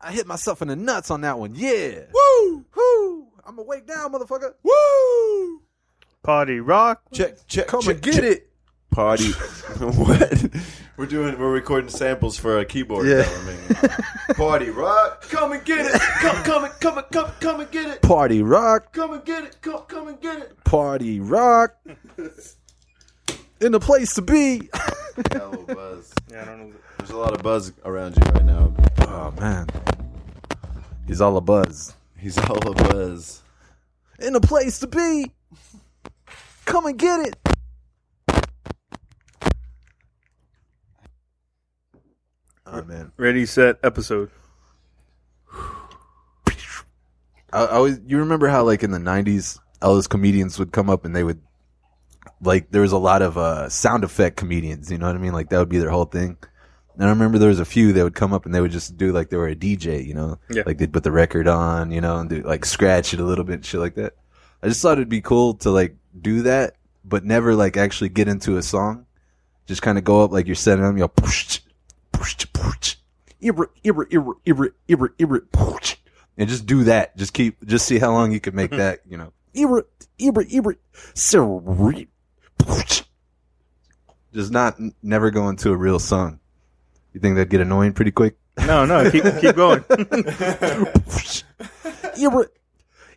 I hit myself in the nuts on that one. Yeah. Woo! Woo! I'm awake now, motherfucker. Woo! Party rock. Check, check, Come check, and get check. it. Party. what? We're doing. We're recording samples for a keyboard. Yeah. now, I mean. Party rock. Come and get it. Come, come and come and come, come and get it. Party rock. Come and get it. Come, come and get it. Party rock. In the place to be. Hello, buzz. Yeah, I don't know. There's a lot of buzz around you right now. Oh man. He's all a buzz. He's all a buzz. In the place to be. Come and get it. Oh man. Ready, set, episode. I, I always you remember how like in the '90s, all those comedians would come up and they would like there was a lot of uh, sound effect comedians. You know what I mean? Like that would be their whole thing. And I remember there was a few that would come up and they would just do like they were a DJ. You know, Yeah. like they'd put the record on, you know, and do like scratch it a little bit, shit like that. I just thought it'd be cool to like do that, but never like actually get into a song. Just kind of go up like you're setting them. You'll push, push, push, irra, irra, irra, irra, irra, irra, push, and just do that. Just keep, just see how long you can make that. You know, irra, irra, irra, sirri, push. Just not never go into a real song. You think that'd get annoying pretty quick? No, no, keep keep going. Ibra,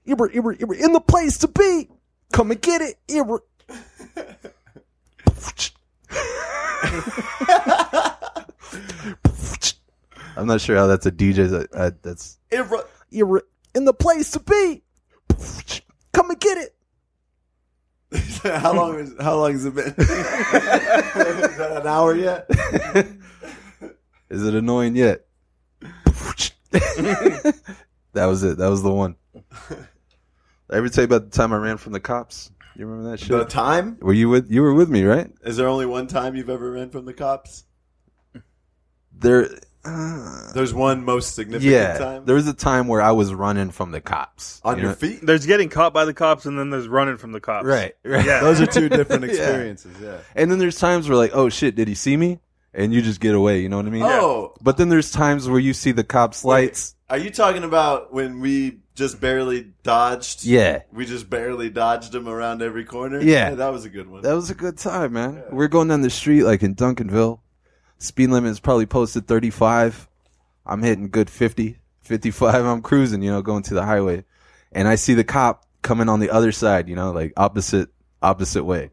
Ibra, Ibra, Ibra, in the place to be. Come and get it, Ibra. I'm not sure how that's a DJ. that- uh, that's Irra- Ibra, in the place to be. Come and get it. how long is how long has it been? is that an hour yet? Is it annoying yet? that was it. That was the one. Did I ever tell you about the time I ran from the cops? You remember that shit? The time? were you with? You were with me, right? Is there only one time you've ever ran from the cops? There. Uh, There's one most significant yeah, time there was a time where I was running from the cops on you your know? feet. There's getting caught by the cops, and then there's running from the cops. Right, right. Yeah. Those are two different Yeah. experiences. Yeah. And then there's times where like, oh shit, did he see me? And you just get away. You know what I mean? Oh, But then there's times where you see the cops' lights. are you talking about when we just barely dodged? Yeah, We just barely dodged them around every corner. Yeah. that was a good one. that was a good time, man. Yeah. We're going down the street like in Duncanville. Speed limit is probably posted 35. I'm hitting good 50, 55. I'm cruising, you know, going to the highway. And I see the cop coming on the other side, you know, like opposite opposite way.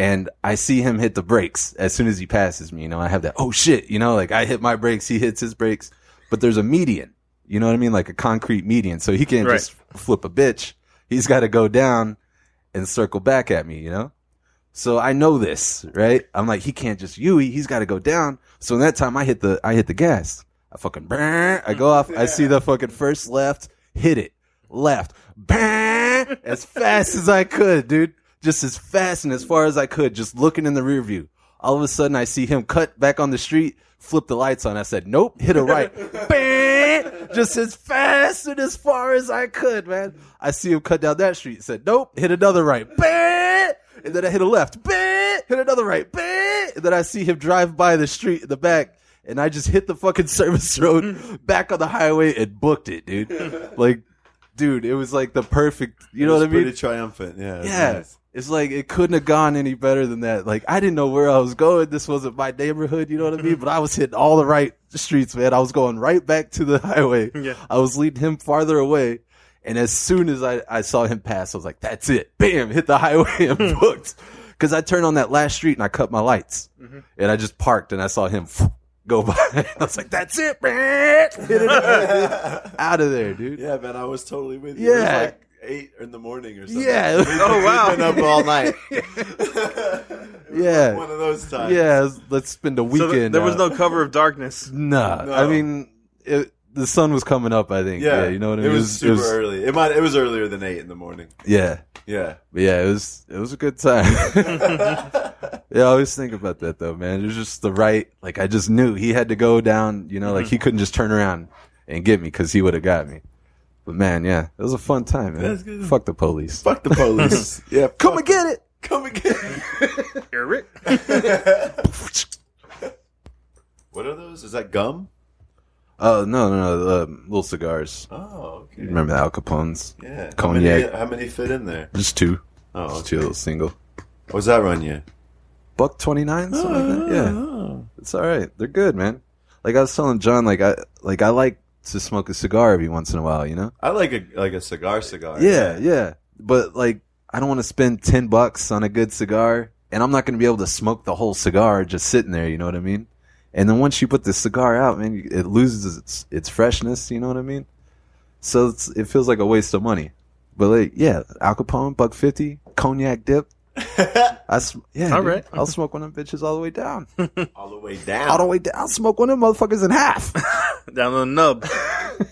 And I see him hit the brakes as soon as he passes me, you know. I have that, oh shit, you know, like I hit my brakes, he hits his brakes. But there's a median. You know what I mean? Like a concrete median. So he can't Right. just flip a bitch. He's gotta go down and circle back at me, you know? So I know this, right? I'm like, he can't just Yui. He's got to go down. So in that time, I hit the I hit the gas. I fucking brrr, I go off. I see the fucking first left, hit it left, brrr, as fast as I could, dude. Just as fast and as far as I could. Just looking in the rear view. All of a sudden, I see him cut back on the street, flip the lights on. I said, nope, hit a right. Bang! Just as fast and as far as I could, man. I see him cut down that street. Said, nope, hit another right. Bang! And then I hit a left. Bang! Hit another right. Bang! And then I see him drive by the street in the back. And I just hit the fucking service road back on the highway and booked it, dude. Like, dude, it was like the perfect, you know It was what I mean? Pretty triumphant. Yeah. it was Yeah. nice. It's like it couldn't have gone any better than that. Like I didn't know where I was going. This wasn't my neighborhood, you know what I mean? Mm-hmm. But I was hitting all the right streets, man. I was going right back to the highway. Yeah. I was leading him farther away. And as soon as I, I saw him pass, I was like, that's it. Bam, hit the highway and Hmm. booked. Cause I turned on that last street and I cut my lights Mm-hmm. and I just parked and I saw him go by. I was like, that's it, man. Hit it out of there, dude. Yeah, man, I was totally with you. It was Yeah. like eight in the morning or something. Yeah. We've been- Oh, we've wow. been up all night. It was Yeah. like one of those times. Yeah. Let's spend a So weekend. uh, th- there was out. no cover of darkness. Nah, No. I mean, it, the sun was coming up. I think. Yeah, you know what I mean. It was super early. It might. It was earlier than eight in the morning. Yeah, Yeah. but yeah, it was. It was a good time. Mm-hmm. yeah, I always think about that though, man. It was just the right. Like I just knew he had to go down. You know, like Mm-hmm. he couldn't just turn around and get me because he would have got me. But man, yeah, it was a fun time. Man. That's good. Fuck the police. Fuck the police. yeah. Come fuck and get it. Come and get it. Eric. What are those? Is that gum? Uh, no, no, no. Uh, little cigars. Oh, okay. Remember the Al Capones? Yeah. How Cognac. many, how many fit in there? Just two. Oh, Just two little single. What was that run you? Oh, Buck twenty nine, something Ah. like that. Yeah, it's all right. They're good, man. Like I was telling John, like I like I like to smoke a cigar every once in a while. You know? I like a like a cigar Oh, cigar. Yeah, yeah. But like, I don't want to spend ten bucks on a good cigar, and I'm not going to be able to smoke the whole cigar just sitting there. You know what I mean? And then once you put the cigar out, man, you- it loses its its freshness. You know what I mean? So it's, it feels like a waste of money. But like, yeah, Al Capone, buck fifty, cognac dip. I sm- yeah, All dude. right. I'll smoke one of them bitches all the way down, All the way down. all the way down. I'll smoke one of them motherfuckers in half. Down on the nub.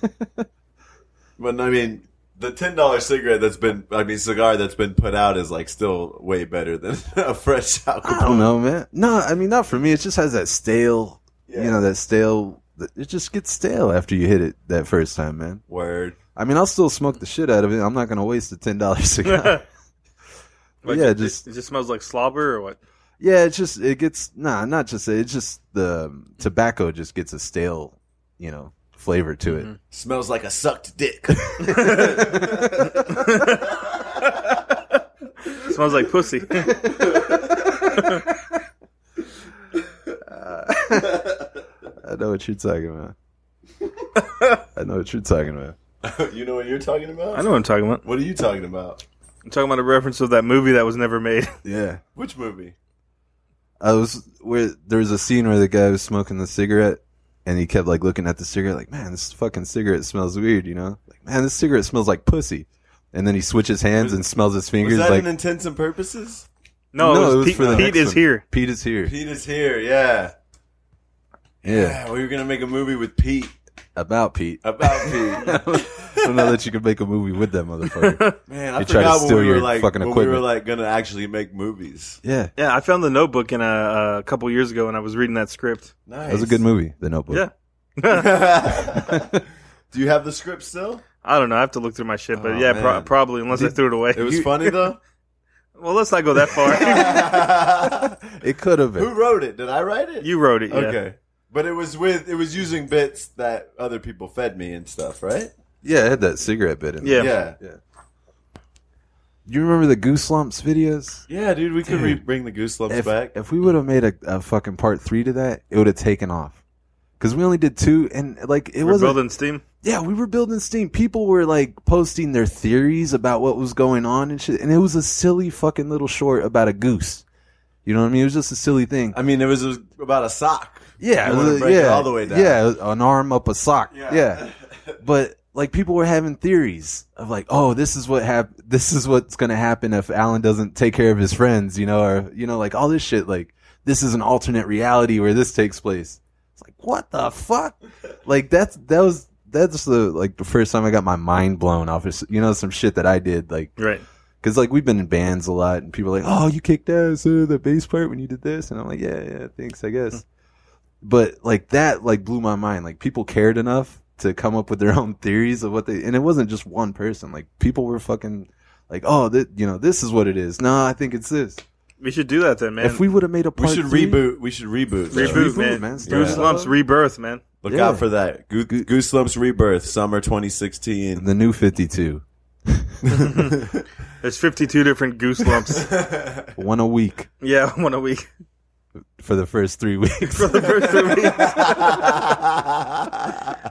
But I mean, the ten dollar cigarette that's been, I mean, cigar that's been put out is like still way better than a fresh I alcohol. don't know, man. No, I mean not for me. It just has that stale, you Yeah. know, that stale. It just gets stale after you hit it that first time, man. Word. I mean, I'll still smoke the shit out of it. I'm not gonna waste a ten dollars cigar. But Yeah, it just- it just smells like slobber or what? yeah, it's just it gets nah, not just it's just the um, tobacco just gets a stale, you know, flavor to it. Smells like a sucked dick. Mm-hmm. It smells like pussy. I know what you're talking about. I know what you're talking about. you know what you're talking about? I know what I'm talking about. What are you talking about? I'm talking about a reference of that movie that was never made. Yeah. Which movie? I was where there was a scene where the guy was smoking the cigarette and he kept like looking at the cigarette like, man, this fucking cigarette smells weird, you know? Like, man, this cigarette smells like pussy. And then he switches hands and smells his Was fingers that like an intents and purposes? No, it was, Pete, the Pete next is one. here. Pete is here. Pete is here. Yeah. Yeah, we were gonna make a movie with Pete about Pete. about Pete. I don't know that you could make a movie with that motherfucker. Man, I They tried to forgot steal when we your were like fucking when we were equipment. like gonna actually make movies. yeah, Yeah, I found the Notebook in a, a couple years ago, and I was reading that script. Nice. that was a good movie, The Notebook. Yeah, Do you have the script still? I don't know. I have to look through my shit, but Oh, yeah, pro- man. probably unless I threw it away. It was funny though. Well, let's not go that far. it could have Who been. wrote it? Did I write it? you wrote it. Yeah. Okay. But it was with it was using bits that other people fed me and stuff, right? Yeah, it had that cigarette bit in it. Yeah. Yeah. You remember the Goose Lumps videos? Yeah, dude, we could re- bring the goose lumps If, back. if we would have made a, a fucking part three to that, it would have taken off. Because we only did two, and like it We're wasn't. building steam. yeah, we were building steam. People were like posting their theories about what was going on and shit, and it was a silly fucking little short about a goose. You know what I mean? It was just a silly thing. I mean, it was, it was about a sock. Yeah, You wanna uh, break it yeah, all the way down. Yeah, an arm up a sock. Yeah. but like people were having theories of like, oh, this is what hap- This is what's gonna happen if Alan doesn't take care of his friends, you know, or you know, like all this shit. Like this is an alternate reality where this takes place. It's like what the fuck? Like that's that was that's the like the first time I got my mind blown off. Of, you know, some shit that I did like Right. because like we've been in bands a lot, and people are like, "Oh, you kicked ass, uh, the bass part when you did this," and I'm like, "Yeah, yeah, thanks, I guess." Hmm. But like that, like blew my mind. Like people cared enough to come up with their own theories of what they, and it wasn't just one person. Like people were fucking like, "Oh, that you know, this is what it is." No, I think it's this. We should do that then, man. if we would have made a We part, should three- reboot. We should reboot. though. reboot, Reboot, man. man. Goose Yeah. lumps rebirth, man. Look Yeah. out for that. Goo- Goose lumps rebirth, summer 2016. the new Fifty Two, There's 52 different goose lumps. one a week yeah, one a week for the first three weeks. for the first three weeks,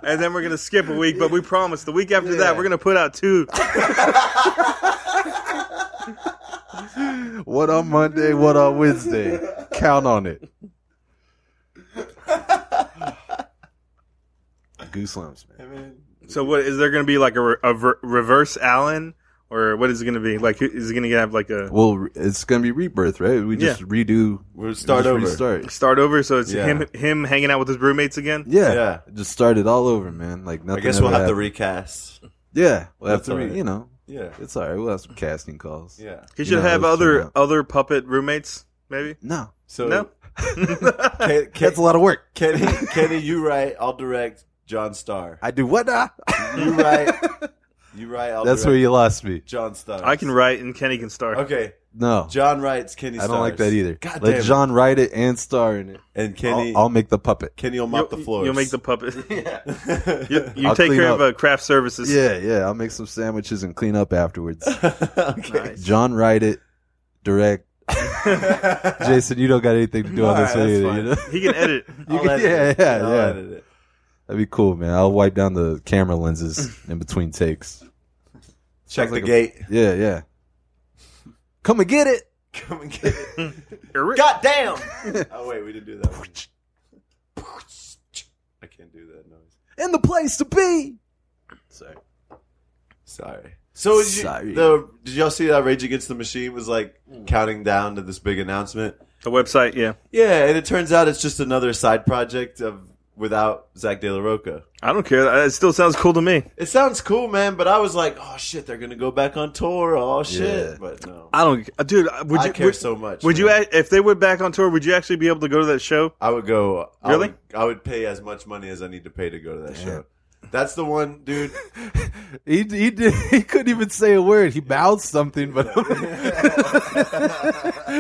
and then we're gonna skip a week. But we promise the week after that we're gonna put out two. What on Monday? What on Wednesday? Count on it. Goosebumps, man. So what is there gonna be like a, re- a ver- reverse Allen or what is it gonna be like? who- Is it gonna have like a Well, re- it's gonna be rebirth, right? We just redo, We'll start just over. restart. start over? So it's Yeah. him him hanging out with his roommates again. Yeah, Yeah. just start it all over, man. Like I nothing. guess we'll ever have to happened. recast. Yeah, we'll have That's to. Re- alright. You know, Yeah. it's all right. We'll have some casting calls. Yeah. He You should know how have those other turn out. other puppet roommates, maybe. No, So No. Ken- Ken- that's a lot of work. Kenny, Kenny, you write. I'll direct. John Starr. I do what? Now? You write. You write. I'll That's direct. where you lost me. John Starks. I can write and Kenny can start. Okay, No, John writes Kenny. I don't like Starks. that either. God damn Let it. John write it and star in it. And Kenny. I'll, I'll make the puppet. Kenny will mop You'll- the floors. You'll make the puppet. you you I'll take clean care up. of uh, craft services. Yeah, yeah. I'll make some sandwiches and clean up afterwards. okay. John write it, direct. Jason, you don't got anything to do on this one All right, that's either. fine. You know? He can edit. You I'll can- edit yeah, it. yeah, I'll yeah. edit it. That'd be cool, man. I'll wipe down the camera lenses in between takes. Check like the a- gate. Yeah, yeah. Come and get it. Come and get it. Eric. God damn! oh wait, we didn't do that. One. I can't do that noise. And the place to be. Sorry. Sorry. So did, you, Sorry. The, did y'all see that Rage Against the Machine was like counting down to this big announcement? The website, yeah. Yeah, and it turns out it's just another side project of without Zach De La Roca. I don't care. That- It still sounds cool to me. It sounds cool, man, but I was like, oh shit, they're gonna go back on tour. Oh shit, Yeah. but no, I, I don't, uh, dude. uh, Would you care would, so much. would you man. act- if they went back on tour? Would you actually be able to go to that show? I would go. I Really? would- I would, pay as much money as I need to pay to go to that show. That's the one, dude. He he did, he couldn't even say a word. He mouthed something, but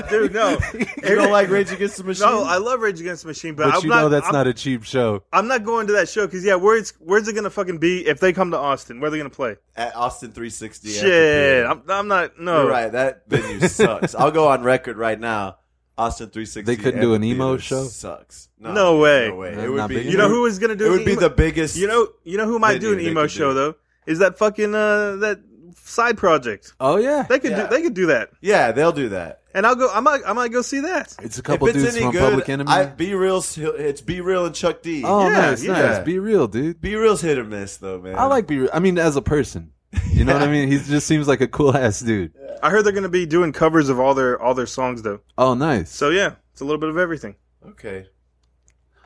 Dude, no. You don't like Rage Against the Machine? No, I love Rage Against the Machine, but, but I'm you not, know that's I'm, not a cheap show. I'm not going to that show because yeah, where's where's it gonna fucking be if they come to Austin? Where are they gonna play? at Austin 360. after Shit, Purity. I'm, I'm not. No, You're right. That venue sucks. I'll go on record right now. Austin 360. They couldn't do an emo Amphitheater show? Sucks. No way. No, It would not be. big You know who is gonna do? It an would be emo- the biggest. You know, you know who might do an venue they emo could show do. though is that fucking uh that side project. Oh yeah, They could Yeah. do. They could do that, Yeah, they'll do that. and I'll go. I might. I might go see that. it's a couple if it's dudes any from good, Public Enemy. I, be real. It's be real and Chuck D. oh Yeah, nice, yeah. nice. Be real, dude. Be real's hit or miss though, man. I like be. Real. I mean, as a person, you know what I mean. He just seems like a cool ass dude. I heard they're gonna be doing covers of all their all their songs though. Oh nice. So yeah, it's a little bit of everything. Okay.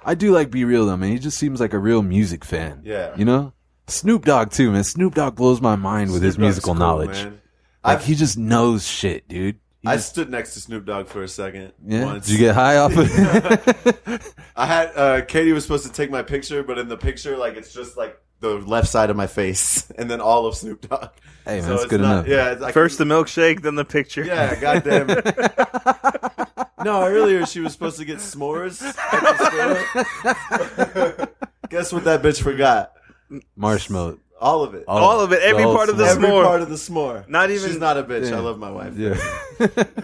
I do like be real though, man. He just seems like a real music fan. Yeah. you know. Snoop Dogg too, man. Snoop Dogg blows my mind with his Snoop Dogg's musical cool, knowledge. man. Like I've- he just knows shit, dude. He I just- stood next to Snoop Dogg for a second. yeah. Once. Did you get high off of? I had uh, Katie was supposed to take my picture, but in the picture, like it's just like the left side of my face, and then all of Snoop Dogg. Hey, man, So that's it's good enough. not- Yeah, it's like, First the milkshake, then the picture. Yeah, goddamn it. no, earlier she was supposed to get s'mores. at the store. Guess what that bitch forgot? Marshmallow. All of it. all of it, every Oh, part of the smart. Every s'more. part of the s'more. Not even- She's not a bitch. Yeah. I love my wife. Yeah.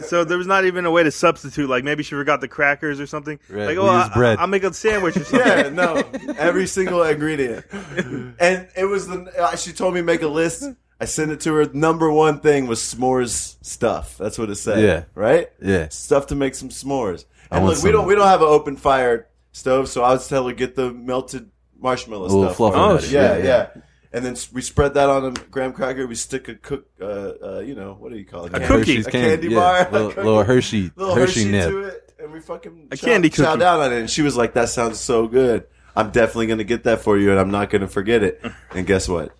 So there was not even a way to substitute. Like maybe she forgot the crackers or something. Right, Like we oh, use I, bread. I, will make a sandwich or something. Yeah, no. Every single ingredient. And it was the. uh, She told me make a list. I sent it to her. Number one thing was s'mores stuff. That's what it said. Yeah. Right. Yeah. Stuff to make some s'mores. I And want look, we some- don't we don't have an open fire stove, so I was telling her get the melted marshmallow little stuff. fluff Oh, nut. shit. yeah, yeah, And then s- we spread that on a graham cracker. We stick a cook, uh, uh, you know, what do you call it? A Candy- cookie. Hershey's a candy bar, a little, cookie. little Hershey, little Hershey, Hershey, nip. to it, and we fucking A chow- candy chow cookie. down on it. And she was like, "That sounds so good. I'm definitely gonna get that for you, and I'm not gonna forget it." And guess what?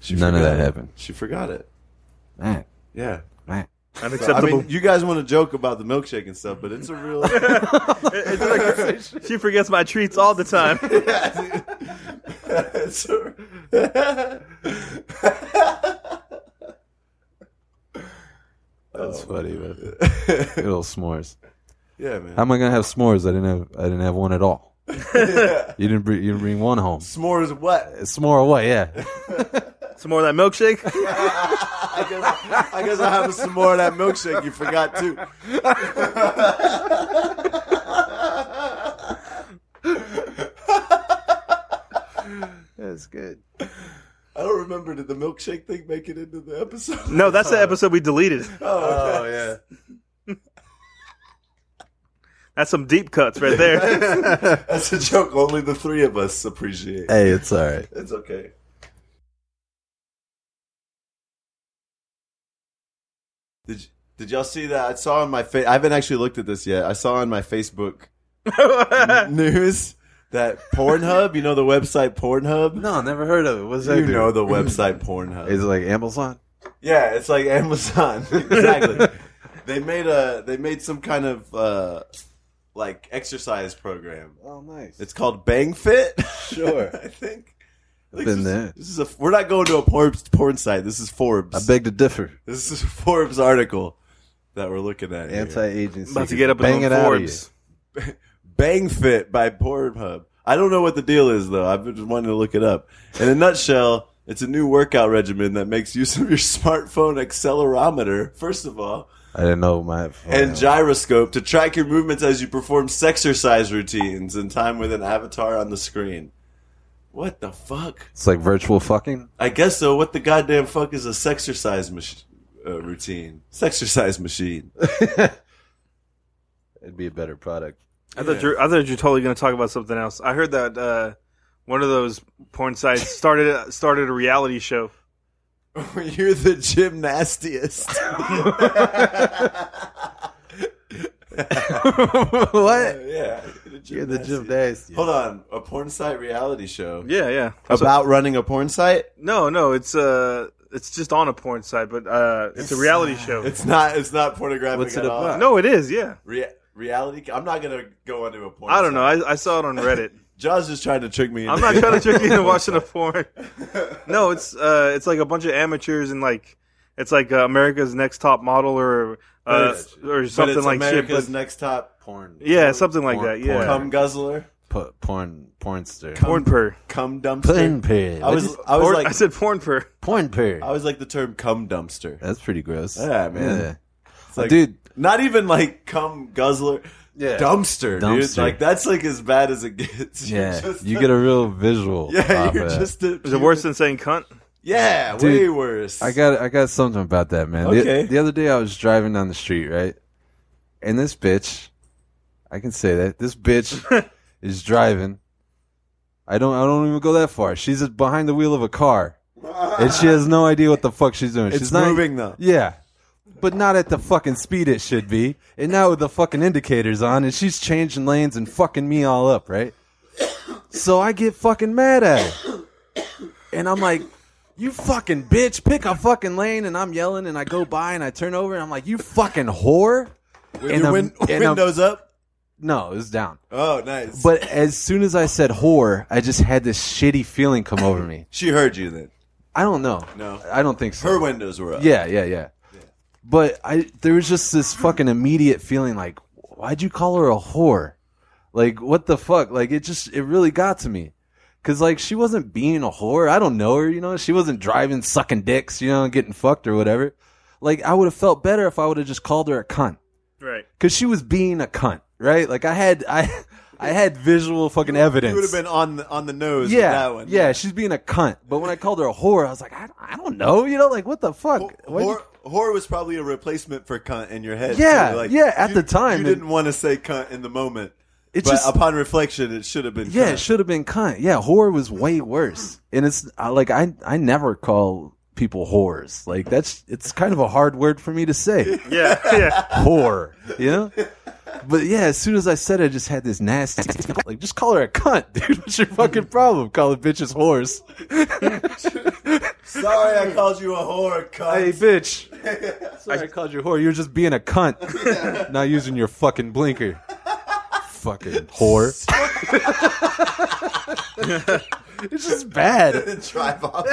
She None of forgot that it. happened. She forgot it. Man, Yeah. man. I Unacceptable. mean, you guys want to joke about the milkshake and stuff, but it's a real. It's like, she forgets my treats all the time. It's a- That's funny, man. Good little s'mores. yeah, man. How am I gonna have s'mores? I didn't have. I didn't have one at all. You didn't. Bring, you didn't bring one home. S'mores what? S'more away, yeah. Some more of that milkshake. I guess, I guess I'll have some more of that milkshake you forgot too. That's good. I don't remember. Did the milkshake thing make it into the episode? No, that's the episode we deleted. Oh, yeah. That's some deep cuts right there. That's a joke only the three of us appreciate. Hey, it's all right. It's okay. Did y- did y'all see that? I saw on my face. I haven't actually looked at this yet. I saw on my Facebook news that Pornhub, you know the website Pornhub? No, never heard of it. What's that? You do? know the website Pornhub. Is it like Amazon? Yeah, it's like Amazon. exactly. they made a they made some kind of uh like exercise program. Oh, nice. It's called Bang Fit. Sure. I think. I've been there. This is a. We're not going to a porn, porn site. This is Forbes. I beg to differ. This is a Forbes article that we're looking at. here. Anti-agency. About to get up Bang in it the out of Forbes. Bang Fit by Pornhub. I don't know what the deal is though. I've been wanting to look it up. In a nutshell, it's a new workout regimen that makes use of your smartphone accelerometer, first of all, you. I didn't know my. uh, and gyroscope to track your movements as you perform sexercise routines in time with an avatar on the screen. What the fuck? it's like virtual fucking. I guess so. What the goddamn fuck is a sexercise mach- uh, routine? Sexercise machine. It'd be a better product. I thought you're. I thought you're totally going to talk about something else. I heard that uh, one of those porn sites started started a reality show. You're the gymnastiest. what? yeah. You're the gymnast. Hold on. A porn site reality show. Yeah, yeah. About running a porn site? No, no. It's uh, it's just on a porn site, but uh, it's a reality show. It's not it's not pornographic What's it at all. about? no, it is. Yeah. Rea- reality I'm not gonna go into a porn I don't know. site. I, I saw it on Reddit. John's just trying to trick me I'm not trying to trick you into watching a porn. No, it's uh, it's like a bunch of amateurs and like it's like uh, America's Next Top Model or uh, But it's- or something like America's shit. next top Porn. But, yeah, something like Porn- that. Yeah, porn. cum guzzler, P- porn. Pornster. porn per. cum dumpster. Porn pig. I was I was Porn- like I said porn per. porn pig. I was like the term cum dumpster. That's pretty gross. Yeah, man. It's like, Uh, dude. Not even like cum guzzler. Yeah. Dumpster, dude. Dumpster. Like that's like as bad as it gets. You're Yeah, just you a- get a real visual. Yeah, off you're of that. just a, Is it worse than saying cunt? Yeah, Dude, way worse. I got I got something about that, man. The- Okay. The, other day I was driving down the street, right? And this bitch, I can say that. This bitch is driving. I don't I don't even go that far. She's behind the wheel of a car. And she has no idea what the fuck she's doing. It's she's not e- moving though. Yeah. But not at the fucking speed it should be. And now with the fucking indicators on and she's changing lanes and fucking me all up, right? So I get fucking mad at her. And I'm like, you fucking bitch, pick a fucking lane and I'm yelling and I go by and I turn over and I'm like, you fucking whore. With And your I'm- win- and I'm- windows up. No, it was down. Oh, nice. But as soon as I said whore, I just had this shitty feeling come over me. she heard you then. I don't know. No. I don't think so. Her windows were up. Yeah, yeah, yeah. But I there was just this fucking immediate feeling like, why'd you call her a whore? Like what the fuck? Like it just it really got to me. Cause like she wasn't being a whore. I don't know her, you know. She wasn't driving, sucking dicks, you know, and getting fucked or whatever. Like I would have felt better if I would have just called her a cunt. Right. Cause she was being a cunt, right? Like I had I I had visual fucking evidence. You would have been on the, on the nose yeah, with that one. yeah, she's being a cunt. But when I called her a whore, I was like, I, I don't know, you know, like what the fuck? Why'd you Whore, whore was probably a replacement for cunt in your head. Yeah, too. like, yeah, at you- the time, and- you didn't want to say cunt in the moment. It but just- upon reflection, it should have been. Yeah, cunt. it should have been cunt. Yeah, whore was way worse. And it's I, like I I never call people whores. Like that's it's kind of a hard word for me to say. Yeah. Yeah. whore, you know? But yeah, as soon as I said it, I just had this nasty like just call her a cunt, dude. What's your fucking problem? Calling bitches whores. Sorry, I called you a whore, cunt. Hey bitch. Sorry I called you a whore. You were just being a cunt. Not using your fucking blinker. Fucking whore. it's just bad. Drive off.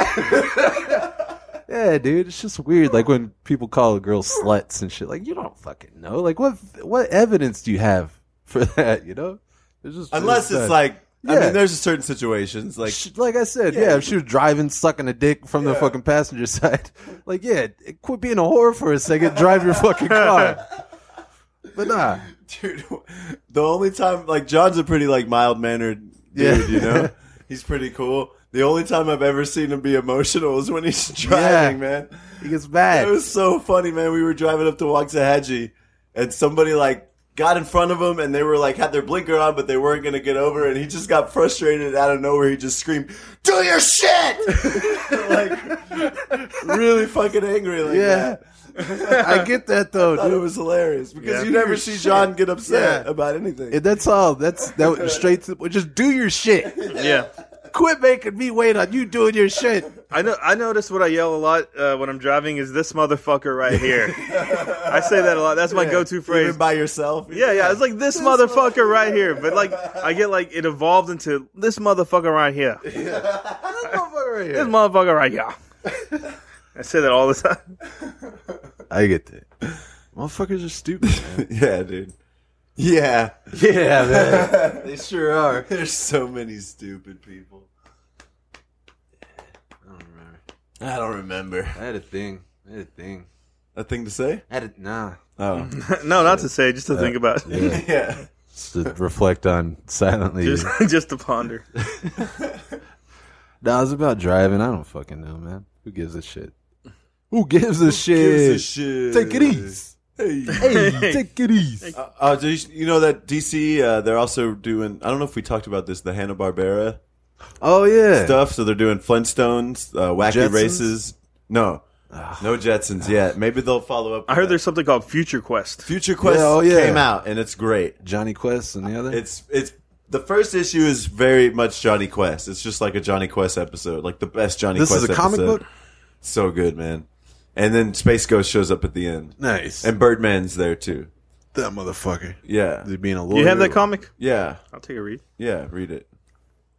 Yeah, dude, it's just weird. Like when people call girls sluts and shit. Like you don't fucking know. Like what what evidence do you have for that? You know, it's just Unless it's bad. like, I Yeah. mean, there's certain situations like Sh- like I said, yeah, if she was driving, sucking a dick from the fucking passenger side, like yeah, quit being a whore for a second. Drive your fucking car. but nah, dude the only time like john's a pretty like mild mannered dude Yeah. you know he's pretty cool the only time i've ever seen him be emotional is when he's driving man he gets mad. it was so funny man we were driving up to waxahachie and somebody like got in front of him and they were like had their blinker on but they weren't gonna get over and he just got frustrated out of nowhere he just screamed do your shit like really fucking angry like yeah, that. I get that though, I thought dude. it was hilarious because Yeah. you never see John get upset Yeah. about anything. And that's all. That's that was straight to just do your shit. Yeah. Quit making me wait on you doing your shit. I know. I notice what I yell a lot uh, when I'm driving is this motherfucker right here. I say that a lot. That's my go-to phrase. Even by yourself. yeah, yeah. It's like this motherfucker right here, but like I get like it evolved into this motherfucker right here. I don't know if right This motherfucker right here. I say that all the time. I get that. Motherfuckers are stupid. Man. yeah, dude. Yeah. yeah, man. They sure are. There's so many stupid people. I don't remember. I don't remember. I had a thing. I had a thing. A thing to say? I had a nah. Oh. no, not to say, just to think about. Yeah. yeah. Just to reflect on silently. Just, just to ponder. Nah, it's about driving. I don't fucking know, man. Who gives a shit? Who gives a shit? Gives a shit. Take it easy. Hey. Hey, take it easy. Uh, uh, do you, you know that DC, uh, they're also doing, I don't know if we talked about this, the Hanna-Barbera Oh yeah. stuff. So they're doing Flintstones, uh, Wacky Jetsons? Ah. Races. No. No Jetsons yet. Maybe they'll follow up. I with heard that. there's something called Future Quest. Future Quest Yeah, oh, yeah. came out, and it's great. Johnny Quest and the other. It's it's the first issue is very much Johnny Quest. It's just like a Johnny Quest episode, like the best Johnny this Quest. is a comic episode. book. So good, man. And then Space Ghost shows up at the end, Nice. and Birdman's there too. that motherfucker. Yeah, Is he being a lawyer? You have that comic? yeah, I'll take a read. yeah. Read it.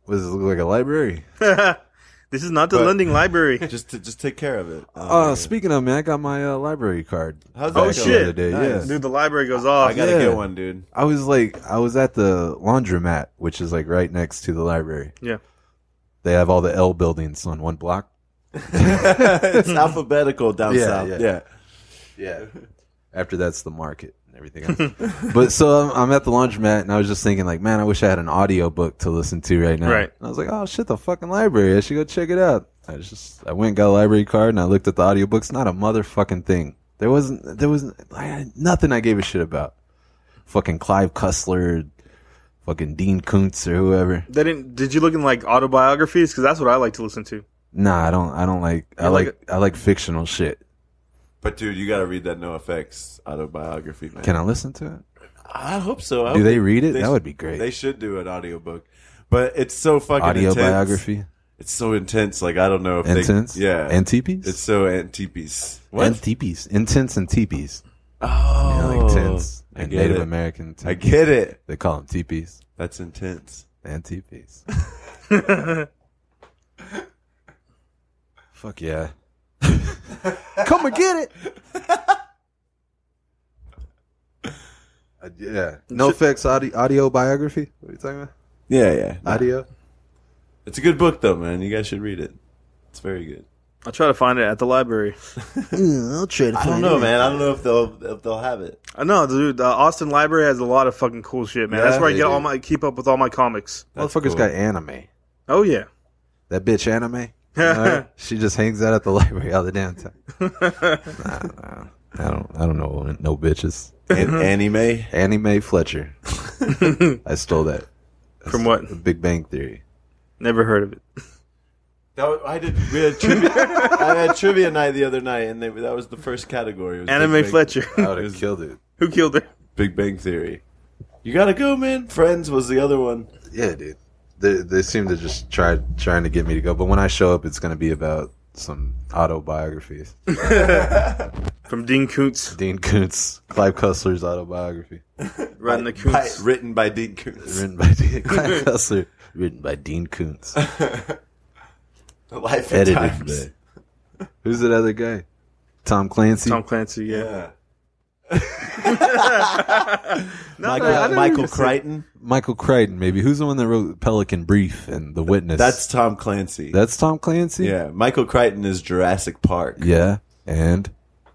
What does it look like? A library? this is not the But- lending library. Just to, just take care of it. Uh, speaking of, man, I got my uh, library card. How's back that the going? other day, Nice. yeah. Dude, the library goes off. Oh, I gotta Yeah. get one, dude. I was like, I was at the laundromat, which is like right next to the library. yeah. They have all the L buildings on one block. it's alphabetical down Yeah, south. yeah. Yeah. Yeah. After that's the market and everything else. but so I'm, I'm at the laundromat and I was just thinking, like, man, I wish I had an audio book to listen to right now. Right. And I was like, oh shit, the fucking library. I should go check it out. I just I went and got a library card and I looked at the audiobooks. Not a motherfucking thing. There wasn't there wasn't I had nothing I gave a shit about. Fucking Clive Cussler, fucking Dean Kuntz or whoever. They didn't. Did you look in like autobiographies? Because that's what I like to listen to. Nah, I don't I don't like I You like like, I like fictional shit. But dude, you gotta read that No Effects autobiography, man. Can I listen to it? I hope so. I Do hope they read it? Oh, they that sh- would be great. They should do an audiobook. But it's so fucking Audio intense. biography. It's so intense. Like I don't know if Intense? they Yeah. Antipes? it's so antipes. What? And teepees. Intense and teepees. You know, oh, like tents I and get Native it. American. Tents. I get it. They call them teepees That's intense. and teepees. Fuck yeah. Come and get it. Uh, yeah. No effects audio, audio biography. What are you talking about? Yeah, yeah. Audio? It's a good book though, man. You guys should read it. It's very good. I'll try to find it at the library. I'll try to I don't know, man. I don't know if they'll if they'll have it. I know, dude. The Austin Library has a lot of fucking cool shit, man. Yeah, that's where I they get all do. my keep up with all my comics. That's Motherfucker's cool. got anime. Oh yeah. That bitch anime. Alright? She just hangs out at the library all the damn time. Nah, nah. I don't. I don't know. No bitches. An- anime. Annie Mae Fletcher. I stole that. From what? The Big Bang Theory. Never heard of it. That was, I did. We had trivia. I had trivia night the other night, and they, that was the first category. was Anime Big Bang- Fletcher. I would have killed it. Who killed her? Big Bang Theory. You gotta go, man. Friends was the other one. Yeah, dude. They they seem to just try trying to get me to go, but when I show up, it's gonna be about some autobiographies. From Dean Koontz, Dean Koontz, Clive Cussler's autobiography, running the By- Koontz. written by Dean Koontz. written by Dean, Clive Cussler, written by Dean Koontz, The Life and edited Times. by. Who's that other guy? Tom Clancy. Tom Clancy, yeah. Yeah. No, Michael, I- I never Michael even seen- Crichton. Michael Crichton, maybe. Who's the one that wrote Pelican Brief and The Witness? That's Tom Clancy. that's Tom Clancy. yeah, Michael Crichton is Jurassic Park. yeah, and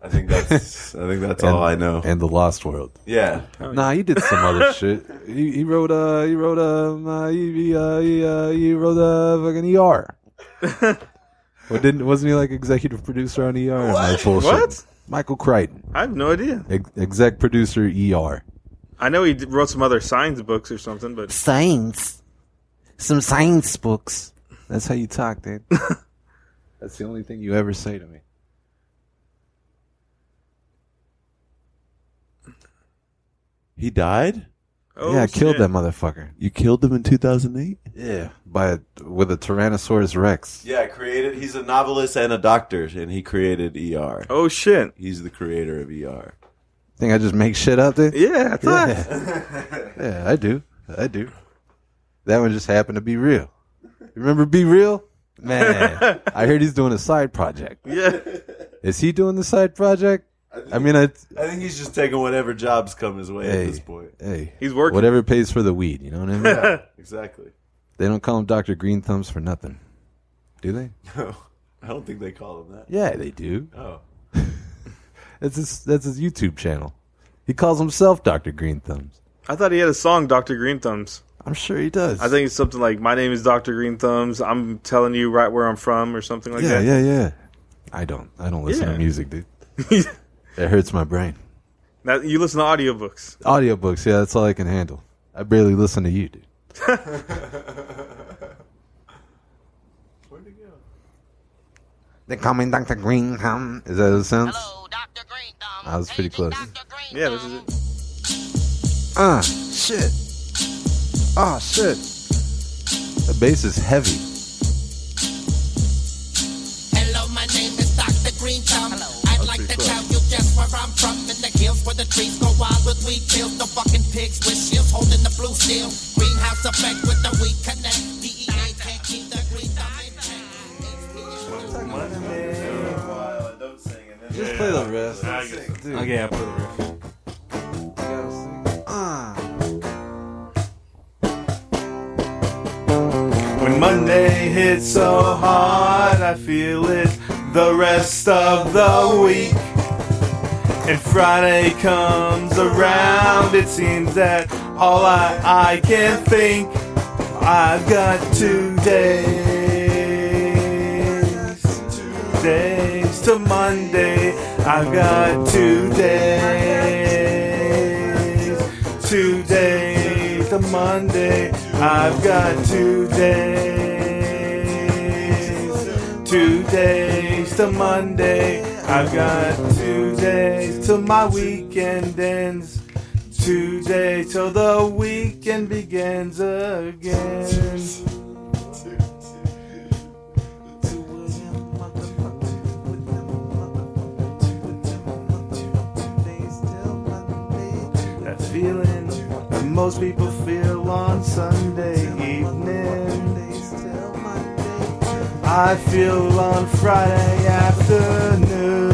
I think that's. I think that's and, all I know. and The Lost World. yeah, Oh, Nah, he did some other shit. He, he wrote uh he wrote um uh, he he, uh, he, uh, he wrote uh fucking ER. what didn't wasn't he like executive producer on ER? Am I bullshitting? What? Michael Crichton, I have no idea. ex- exec producer ER. I know he d- wrote some other science books or something, but Science, some science books. That's how you talk, dude. That's the only thing you ever say to me. he died. oh, yeah, I killed shit. that motherfucker. You killed him in two thousand eight. Yeah, by a, with a Tyrannosaurus Rex. Yeah, created. He's a novelist and a doctor, and he created ER. Oh shit! He's the creator of ER. Think I just make shit up, dude? Yeah, I thought. Yeah, I do. I do. That one just happened to be real. Remember Be Real? Man, I heard he's doing a side project. Yeah. Is he doing the side project? I mean, I, I think he's just taking whatever jobs come his way Hey. at this point. hey, He's working. Whatever pays for the weed, you know what I mean? Yeah, exactly. they don't call him Doctor Green Thumbs for nothing, do they? No, I don't think they call him that. Yeah, they do. Oh, That's his. That's his YouTube channel. He calls himself Doctor Green Thumbs. I thought he had a song, Doctor Green Thumbs. I'm sure he does. I think it's something like "My name is Doctor Green Thumbs. I'm telling you right where I'm from" or something like Yeah, that. yeah, yeah. I don't. I don't listen Yeah. to music, dude. It hurts my brain. now, you listen to audiobooks. Audiobooks, yeah, that's all I can handle. I barely listen to you, dude. where'd he go? They call me Doctor Green Thumb. Is that how it sounds? Hello, Dr. Green Thumb. That was pretty Paging close. Dr. Green Yeah, this is Thumb. it. Ah, shit. Ah, shit. The bass is heavy. Hello, my name is Dr. Green Thumb. I'd like to tell you just where I'm from. In the hills where the trees go wild with weed pills. The fucking pigs with shields holding the blue steel. Greenhouse effect with the weed connect. E DEA can't keep the green thumb in check. Wow, I don't sing. And then Just play the rest. Okay, I put the riff. Ah. When Monday hits so hard, I feel it the rest of the week. And Friday comes around, it seems that all I, I can think, I've got two days. Two days to Monday, I've got two days. Two days to Monday, I've got two days. Two days to Monday, I've got two days till my weekend ends. Two days till the weekend begins again. That feeling that most people feel on Sunday evening. I feel on Friday afternoon.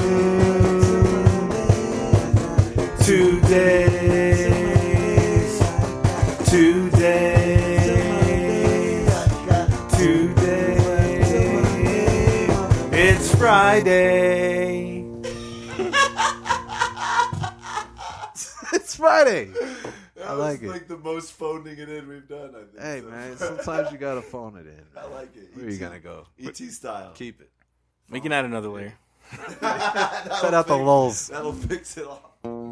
Two days. Two days. Two days. It's Friday. It's Friday. I like it. the most phoning it in we've done. I think. Hey, man, sometimes you gotta phone it in. I like it. E Where you gonna go? ET style. Keep it. We can add another layer. Cut out the lulls. That'll fix it all.